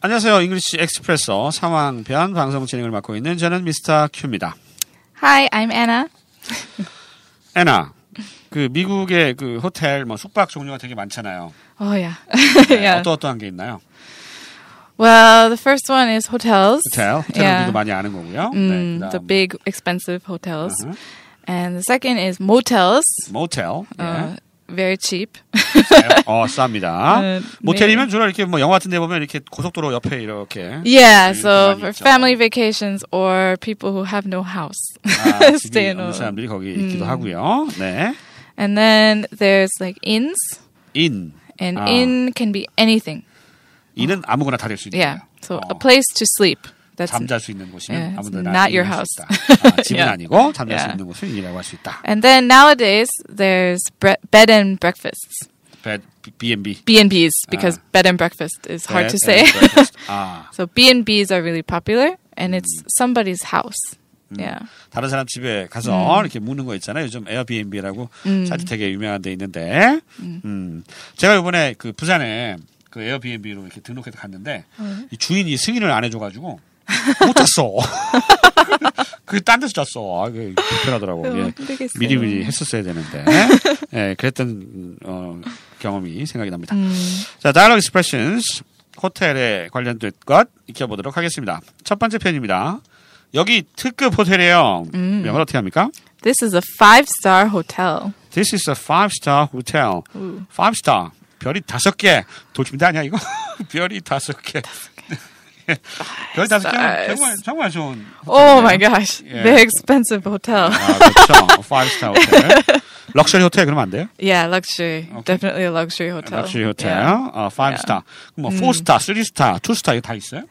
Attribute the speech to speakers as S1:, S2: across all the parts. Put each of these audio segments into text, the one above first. S1: 안녕하세요. 잉글리시 엑스프레소 상황편 방송 진행을 맡고 있는 저는 미스터 큐입니다.
S2: Hi, I'm Anna.
S1: 애나, 그 미국의 그 호텔 뭐 숙박 종류가 되게 많잖아요.
S2: Oh yeah,
S1: 네,
S2: yeah.
S1: 어떠 어떠한 게 있나요?
S2: Well, the first one is hotels.
S1: 호텔, 호텔
S2: Yeah.
S1: 우리도 많이 아는 거고요. 네,
S2: Mm,
S1: 그다음
S2: the big expensive hotels,
S1: Uh-huh.
S2: and the second is motels.
S1: 모텔, 예.
S2: Uh, very cheap.
S1: 어 쌉니다.
S2: 네,
S1: 모텔이면 주로 이렇게 뭐 영화 같은 데 보면 이렇게 고속도로 옆에 이렇게
S2: Yeah,
S1: Mm,
S2: so
S1: 많이
S2: for
S1: 있죠.
S2: family vacations or people who have no house.
S1: 아, 집이
S2: Stay in
S1: 없는
S2: a-
S1: 사람들이 거기
S2: 음.
S1: 있기도 하고요. 네,
S2: And then there's like inns,
S1: 인,
S2: and
S1: Ah.
S2: inn can be anything.
S1: 인은 아무거나 다 될 수 있는
S2: Yeah,
S1: 거예요.
S2: so
S1: 어.
S2: a place to sleep. That's
S1: 잠잘 수 있는 곳이면
S2: Yeah,
S1: 아무데나
S2: it's
S1: 나
S2: not your
S1: 이용할 수
S2: house.
S1: 있다. 아, 집은
S2: Yeah.
S1: 아니고 잠잘 수
S2: Yeah.
S1: 있는 곳을 이라고 할 수 있다.
S2: And then nowadays there's bre- bed and breakfasts.
S1: Bed, B&B.
S2: B and B's because
S1: Ah.
S2: bed and breakfast is hard
S1: Bed
S2: to
S1: and
S2: say.
S1: breakfast. 아,
S2: so B and B's are really popular, and
S1: Mm.
S2: it's somebody's house. Yeah.
S1: 음.
S2: 음.
S1: 다른 사람 집에 가서 이렇게 묵는 거 있잖아요. 요즘 에어비앤비라고 사이트 되게 유명한 데 있는데, 음, 제가 이번에 그 부산에 그 에어비앤비로 이렇게 등록해서 갔는데
S2: 음.
S1: 이 주인이 승인을 안 해줘가지고 못 잤어. 그 딴 데서 잤어. 아, 그 불편하더라고. 예. 미리미리 했었어야 되는데 예, 그랬던 어, 경험이 생각이 납니다. 자, dialogue expressions 호텔에 관련된 것 익혀보도록 하겠습니다. 첫 번째 편입니다. 여기 특급 호텔이에요. 영어로 어떻게 합니까?
S2: This is a five star hotel.
S1: This is a five star hotel. Five star. 별이 다섯 개. 도침대 아니야 이거? 별이 다섯 개. 별이 다섯 개.
S2: stars.
S1: 정말 정말 좋은. 호텔이네요.
S2: Oh my gosh,
S1: Yeah.
S2: very expensive hotel.
S1: 아, 그렇죠. five star 호텔. 럭셔리 호텔 그러면 안 돼요?
S2: yeah, luxury.
S1: Okay.
S2: Definitely a luxury hotel.
S1: 럭셔리 호텔,
S2: 그렇죠. Yeah. 음.
S1: 어, 5스타, 뭐 4스타, 3스타, 2스타 이거 다 있어요?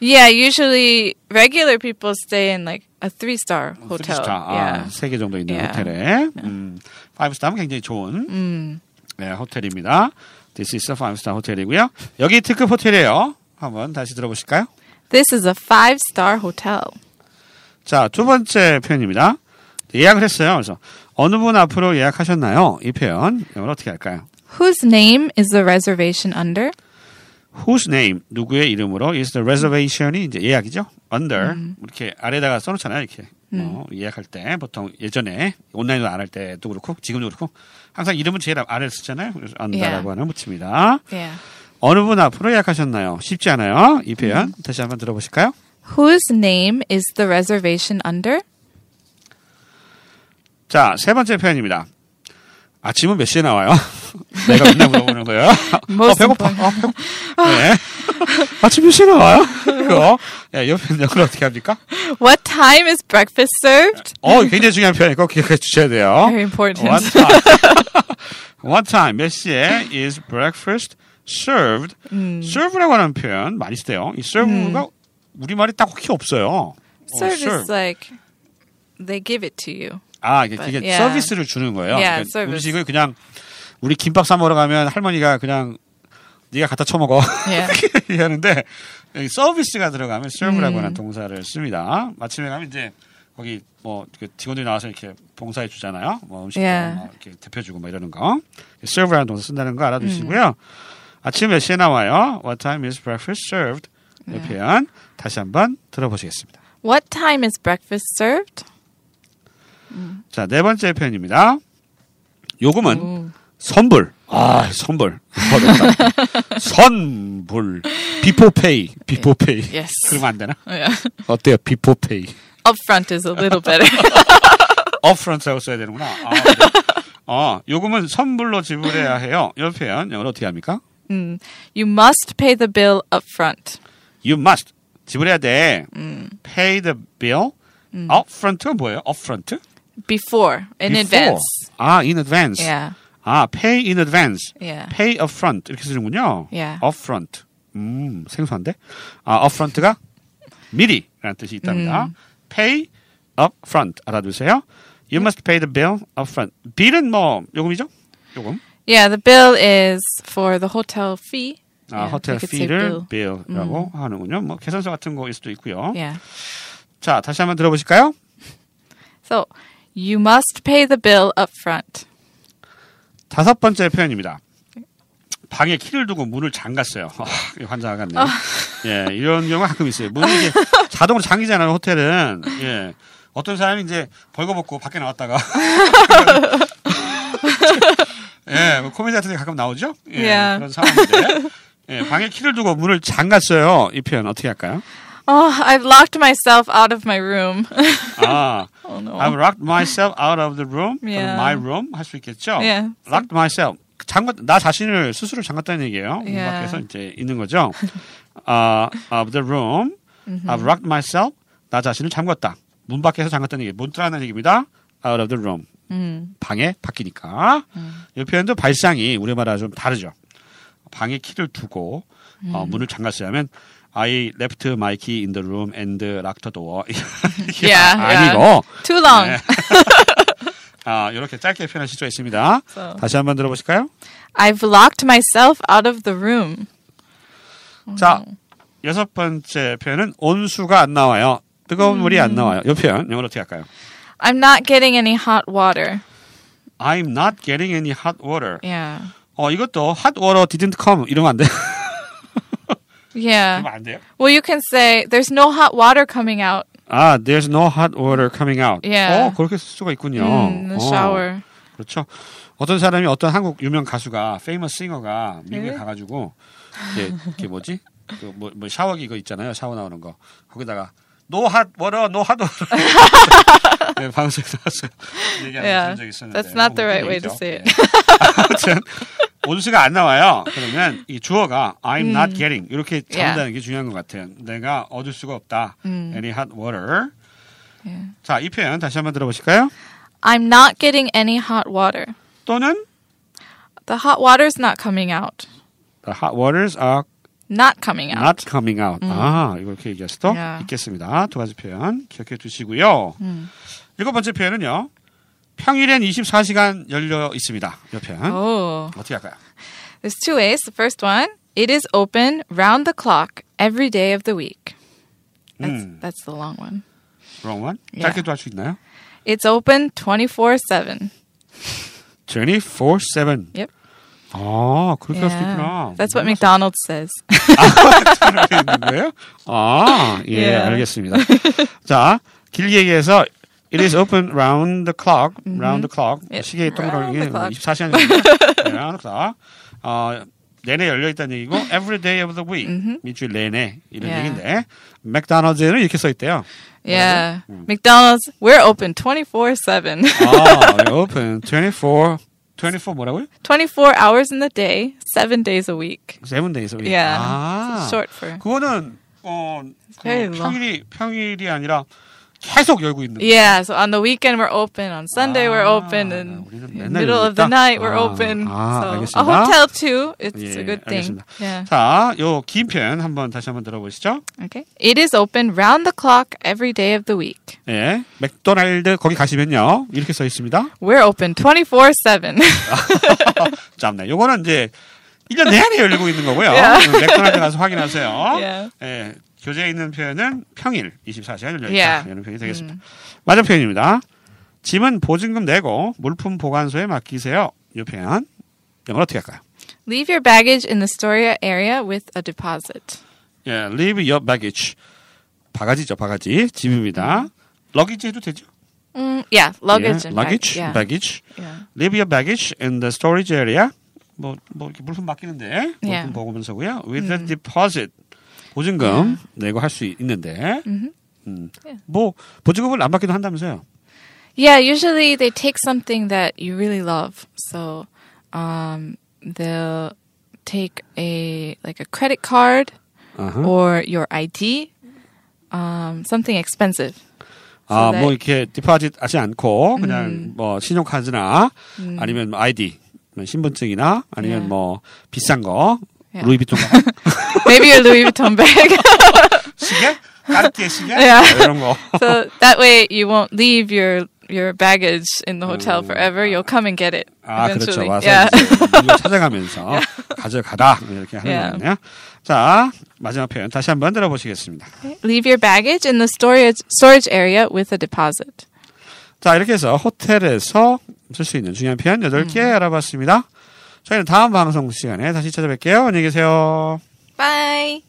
S2: Yeah, usually regular people stay in like a three star hotel.
S1: 3스타, 아,
S2: Yeah.
S1: 3개 정도 있는
S2: Yeah. 음.
S1: 호텔에 음, 5스타면 굉장히 좋은 네, 호텔입니다. This is a 5스타 호텔이고요. 여기 특급 호텔이에요. 한번 다시 들어보실까요?
S2: This is a five star hotel.
S1: 자, 두 번째 표현입니다. 예약을 했어요. 그래서 어느 분 앞으로 예약하셨나요? 이 표현, 영어로 어떻게 할까요?
S2: Whose name is the reservation under?
S1: Whose name, 누구의 이름으로 is the reservation이 이제 예약이죠. Under 이렇게 아래다가 써놓잖아요. 이렇게 어, 예약할 때 보통 예전에 온라인으로 안 할 때도 그렇고 지금도 그렇고 항상 이름은 제일 아래 쓰잖아요. 그래서 under라고
S2: Yeah.
S1: 하는 붙입니다.
S2: Yeah.
S1: 어느 분 앞으로 예약하셨나요? 쉽지 않아요. 이 표현 다시 한번 들어보실까요?
S2: Whose name is the reservation under?
S1: 자, 세 번째 표현입니다. 아침은 몇 시에 나와요? 내가 맨날 물어보는 거예요. 어,
S2: Most
S1: 배고파. 어, 배고파. 네. 아침 몇 시에 나와요? 이거. 예, 옆에 있는 걸 어떻게 합니까?
S2: What time is breakfast served?
S1: 어, 굉장히 중요한 표현이에요. 꼭 기억해 주셔야 돼요.
S2: Very important.
S1: Uh, What time? What time? 몇 시에 is breakfast served?
S2: 음.
S1: serve라고 하는 표현 많이 쓰대요. 이 serve가 우리말이 딱히 없어요.
S2: Served
S1: 어,
S2: is like they give it to you.
S1: 아, 이게, 이게
S2: yeah.
S1: 서비스를 주는 거예요.
S2: Yeah,
S1: 그러니까
S2: service.
S1: 음식을 그냥 우리 김밥 싸 먹으러 가면 할머니가 그냥 네가 갖다 쳐먹어.
S2: Yeah.
S1: 이렇게 하는데 여기 서비스가 들어가면 serve라고 하는 동사를 씁니다. 마침에 가면 이제 거기 뭐그 직원들이 나와서 이렇게 봉사해 주잖아요. 뭐 음식
S2: Yeah.
S1: 막 이렇게 대표 주고 막 이러는 거. serve라는 동사 쓴다는 거 알아두시고요. 아침 몇 시에 나와요? What time is breakfast served? 이 표현 다시 한번 들어보시겠습니다.
S2: What time is breakfast served?
S1: 자, 네 번째 표현입니다. 요금은
S2: 음.
S1: 선불. 아, 선불. 어렵다. 선불. 비포페이. 비포페이.
S2: Yes.
S1: 그러면 안 되나?
S2: Yeah.
S1: 어때요? 비포페이.
S2: Up front is a little better.
S1: 업프런트라고 써야 되는구나. 아, 그래. 어, 요금은 선불로 지불해야 해요. 이 표현 영어로 어떻게 합니까?
S2: Mm. You must pay the bill up front.
S1: You must. 지불해야 돼.
S2: 음.
S1: Pay the bill. upfront가 뭐예요? upfront?
S2: Before, 음. in
S1: Before.
S2: advance. 예.
S1: 아, in advance.
S2: Yeah.
S1: 아, pay in advance.
S2: Yeah.
S1: pay upfront 이렇게 쓰는군요.
S2: Yeah.
S1: upfront. 음, 생소한데. 아, upfront가 미리라는 뜻이 있답니다. pay upfront 알아두세요. You must pay the bill upfront. bill은 뭐 요금이죠? 요금.
S2: Yeah, the bill is for the hotel fee.
S1: 아,
S2: Yeah,
S1: 호텔
S2: we could say
S1: Uh, fee를
S2: bill.
S1: bill라고 하는군요. 뭐 계산서 같은 거일 수도 있고요.
S2: Yeah.
S1: 자, 다시 한번 들어보실까요?
S2: So, you must pay the bill up front.
S1: 다섯 번째 표현입니다. 방에 키를 두고 문을 잠갔어요. 아, 환자 같네요. 예, 이런 경우가 가끔 있어요. 물론 이게 자동으로 잠기잖아요, 호텔은. 예. 어떤 사람이 이제 벌거벗고 밖에 나왔다가. 예, 뭐 코미디 같은 데 가끔 나오죠? 예.
S2: Yeah.
S1: 그런 상황인데. 예, 방에 키를 두고 문을 잠갔어요. 이 표현 어떻게 할까요?
S2: Oh, I've locked myself out of my room.
S1: 아,
S2: oh no.
S1: I've locked myself out of the room. 또는
S2: Yeah.
S1: My room 할 수 있겠죠.
S2: Yeah.
S1: Locked myself. 잠갔 나 자신을 스스로 잠갔다는 얘기예요. 문
S2: Yeah.
S1: 밖에서 이제 있는 거죠. 아, of the room. I've locked myself. 나 자신을 잠갔다. 문 밖에서 잠갔다는 얘기. 못 들어가는 얘기입니다. Out of the room.
S2: 음.
S1: 방에 바뀌니까. 이 표현도 발상이 우리말과 좀 다르죠. 방에 키를 두고 어,
S2: 음.
S1: 문을 잠갔어야 하면 I left my key in the room and locked the door. 이게
S2: Yeah,
S1: 아니고
S2: Too long.
S1: 네. 아, 이렇게 짧게 표현한 시조가 있습니다.
S2: So,
S1: 다시 한번 들어보실까요?
S2: I've locked myself out of the room.
S1: 자,
S2: 음.
S1: 여섯 번째 표현은 온수가 안 나와요. 뜨거운 물이
S2: 음.
S1: 안 나와요. 이 표현 영어로 어떻게 할까요?
S2: I'm not getting any hot water.
S1: I'm not getting any hot water.
S2: Yeah.
S1: 어, 이것도 hot water didn't come 이러면 안 돼요.
S2: Yeah.
S1: 이러면
S2: 아.
S1: 안 돼요?
S2: Well, you can say there's no hot water coming out
S1: 아, there's no hot water coming out.
S2: Yeah.
S1: 어, 그렇게 쓸 수가 있군요.
S2: in the
S1: 어,
S2: shower.
S1: 그렇죠. 어떤 사람이 어떤 한국 유명 가수가, famous singer가 미국에
S2: 네.
S1: 가가지고 이게, 이게 뭐지? 그 뭐, 뭐 샤워기 이거 있잖아요. 샤워 나오는 거. 거기다가 no hot water, no hot water. 네, 방송에 나와서 얘기하는 그런
S2: Yeah.
S1: 적이 있었는데.
S2: That's not the
S1: 뭐
S2: right way
S1: 그런
S2: to say
S1: 얘기죠. 예. 아무튼 온수가 안 나와요. 그러면 이 주어가 I'm
S2: 음.
S1: not getting 이렇게 잡는다는 게 중요한 것 같아요. 내가 얻을 수가 없다. Any hot water.
S2: 음. Yeah.
S1: 자, 이 표현 다시 한번 들어보실까요?
S2: I'm not getting any hot water.
S1: 또는
S2: The hot water's not coming out.
S1: The hot waters are
S2: Not coming out.
S1: not coming out. 아, 이렇게 얘기할 수도
S2: 음. Yeah. 음.
S1: 있겠습니다. 두 가지 표현 기억해 두시고요. 일곱 번째 표현은요. 평일엔 24시간 열려 있습니다. 이 표현.
S2: Oh.
S1: 어떻게 할까요?
S2: There's two ways. The first one, it is open round the clock every day of the week. That's,
S1: 음,
S2: that's the long one.
S1: wrong one.
S2: Yeah.
S1: 짧게도 할 수 있나요?
S2: It's open 24 7.
S1: 24/7.
S2: Yep.
S1: 아, 그렇게 할 수 있구나.
S2: That's what McDonald's 사ys.
S1: 이렇게 있는 거예요? 아, 예,
S2: Yeah.
S1: 알겠습니다. 자, 길게 얘기해서 It is open round the clock, round the clock.
S2: Yep.
S1: 시계 동그라미
S2: 음. 예. Round the clock.
S1: 24시간 정도. 네, round the clock. 어, 내내 열려 있다는 얘기고 every day of the week 일주일 내내 이런
S2: Yeah.
S1: 얘기인데 맥도날드에는 이렇게 써 있대요.
S2: Yeah. McDonald's, we're open 24
S1: Oh.
S2: 7.
S1: 아, open 24 24 뭐라고요?
S2: 24 hours in the day, seven days a week.
S1: 7 days a week.
S2: Yeah.
S1: 아.
S2: It's short 예, 뭐. for.
S1: 그거는 어, 그
S2: very long.
S1: 평일이 평일이 아니라 계속 열고 있는 거예요.
S2: Yeah, so on the weekend we're open, on Sunday we're open,
S1: Ah,
S2: and
S1: 우리는
S2: in the
S1: 맨날
S2: middle of
S1: 열리니까.
S2: the night we're
S1: 아,
S2: open.
S1: 아,
S2: so a
S1: 알겠습니다.
S2: hotel too, it's
S1: 예,
S2: a good thing.
S1: 알겠습니다.
S2: Yeah.
S1: 자, 요 긴 표현 한번 다시 한번 들어보시죠.
S2: Okay. It is open round the clock every day of the week.
S1: 예, 맥도날드 거기 가시면요 이렇게 써 있습니다.
S2: We're open 24 7.
S1: 짬네. 요거는 이제 1년 내내 열리고 있는 거고요.
S2: Yeah.
S1: 음, 맥도날드 가서 확인하세요.
S2: Yeah.
S1: 예, 교재에 있는 표현은 평일 24시간 열려 있다
S2: Yeah. 음.
S1: 이런 표현이 되겠습니다. 맞은 표현입니다. 짐은 보증금 내고 물품 보관소에 맡기세요. 요 표현 영어로 어떻게 할까요?
S2: Leave your baggage in the Storia area with a deposit.
S1: 예, leave your baggage. 바가지죠, 바가지.
S2: 음.
S1: 짐입니다. 러기지 해도 되죠?
S2: Mm, yeah, luggage
S1: 예,
S2: and bag-
S1: luggage,
S2: yeah,
S1: baggage.
S2: yeah.
S1: Leave your baggage in the storage area. 뭐, 뭐 이렇게 물품 맡기는데 물품
S2: Yeah. 음.
S1: 보고면서고요. With a deposit. 보증금 내고 할 수 있는데. 음.
S2: Mm-hmm. Yeah.
S1: 뭐 보증금을 안 받기도 한다면서요.
S2: Yeah, usually they take something that you really love. So um, they'll take a like a credit card
S1: 아하.
S2: or your ID, um, something expensive.
S1: 아,
S2: 네.
S1: 뭐 이렇게 디파짓 하지 않고 그냥
S2: 음.
S1: 뭐 신용카드나 아니면 뭐 아이디, 신분증이나 아니면
S2: Yeah.
S1: 뭐 비싼 거
S2: Yeah.
S1: 루이비통
S2: Maybe a Louis Vuitton bag.
S1: 시계, 까르띠에 시계 뭐
S2: Yeah.
S1: 이런 거.
S2: so that way you won't leave your your baggage in the hotel
S1: Mm.
S2: forever. You'll come and get it
S1: 아, 그렇죠.
S2: eventually.
S1: 와서
S2: yeah.
S1: 이제 물건 찾아가면서 가져가다 이렇게 하는
S2: Yeah.
S1: 거네요. 자, 마지막 표현 다시 한번 들어보시겠습니다.
S2: leave your baggage in the storage storage area with a deposit.
S1: 자, 이렇게 해서 호텔에서 쓸 수 있는 중요한 표현 8개
S2: 음.
S1: 알아봤습니다. 저희는 다음 방송 시간에 다시 찾아뵐게요. 안녕히 계세요.
S2: Bye.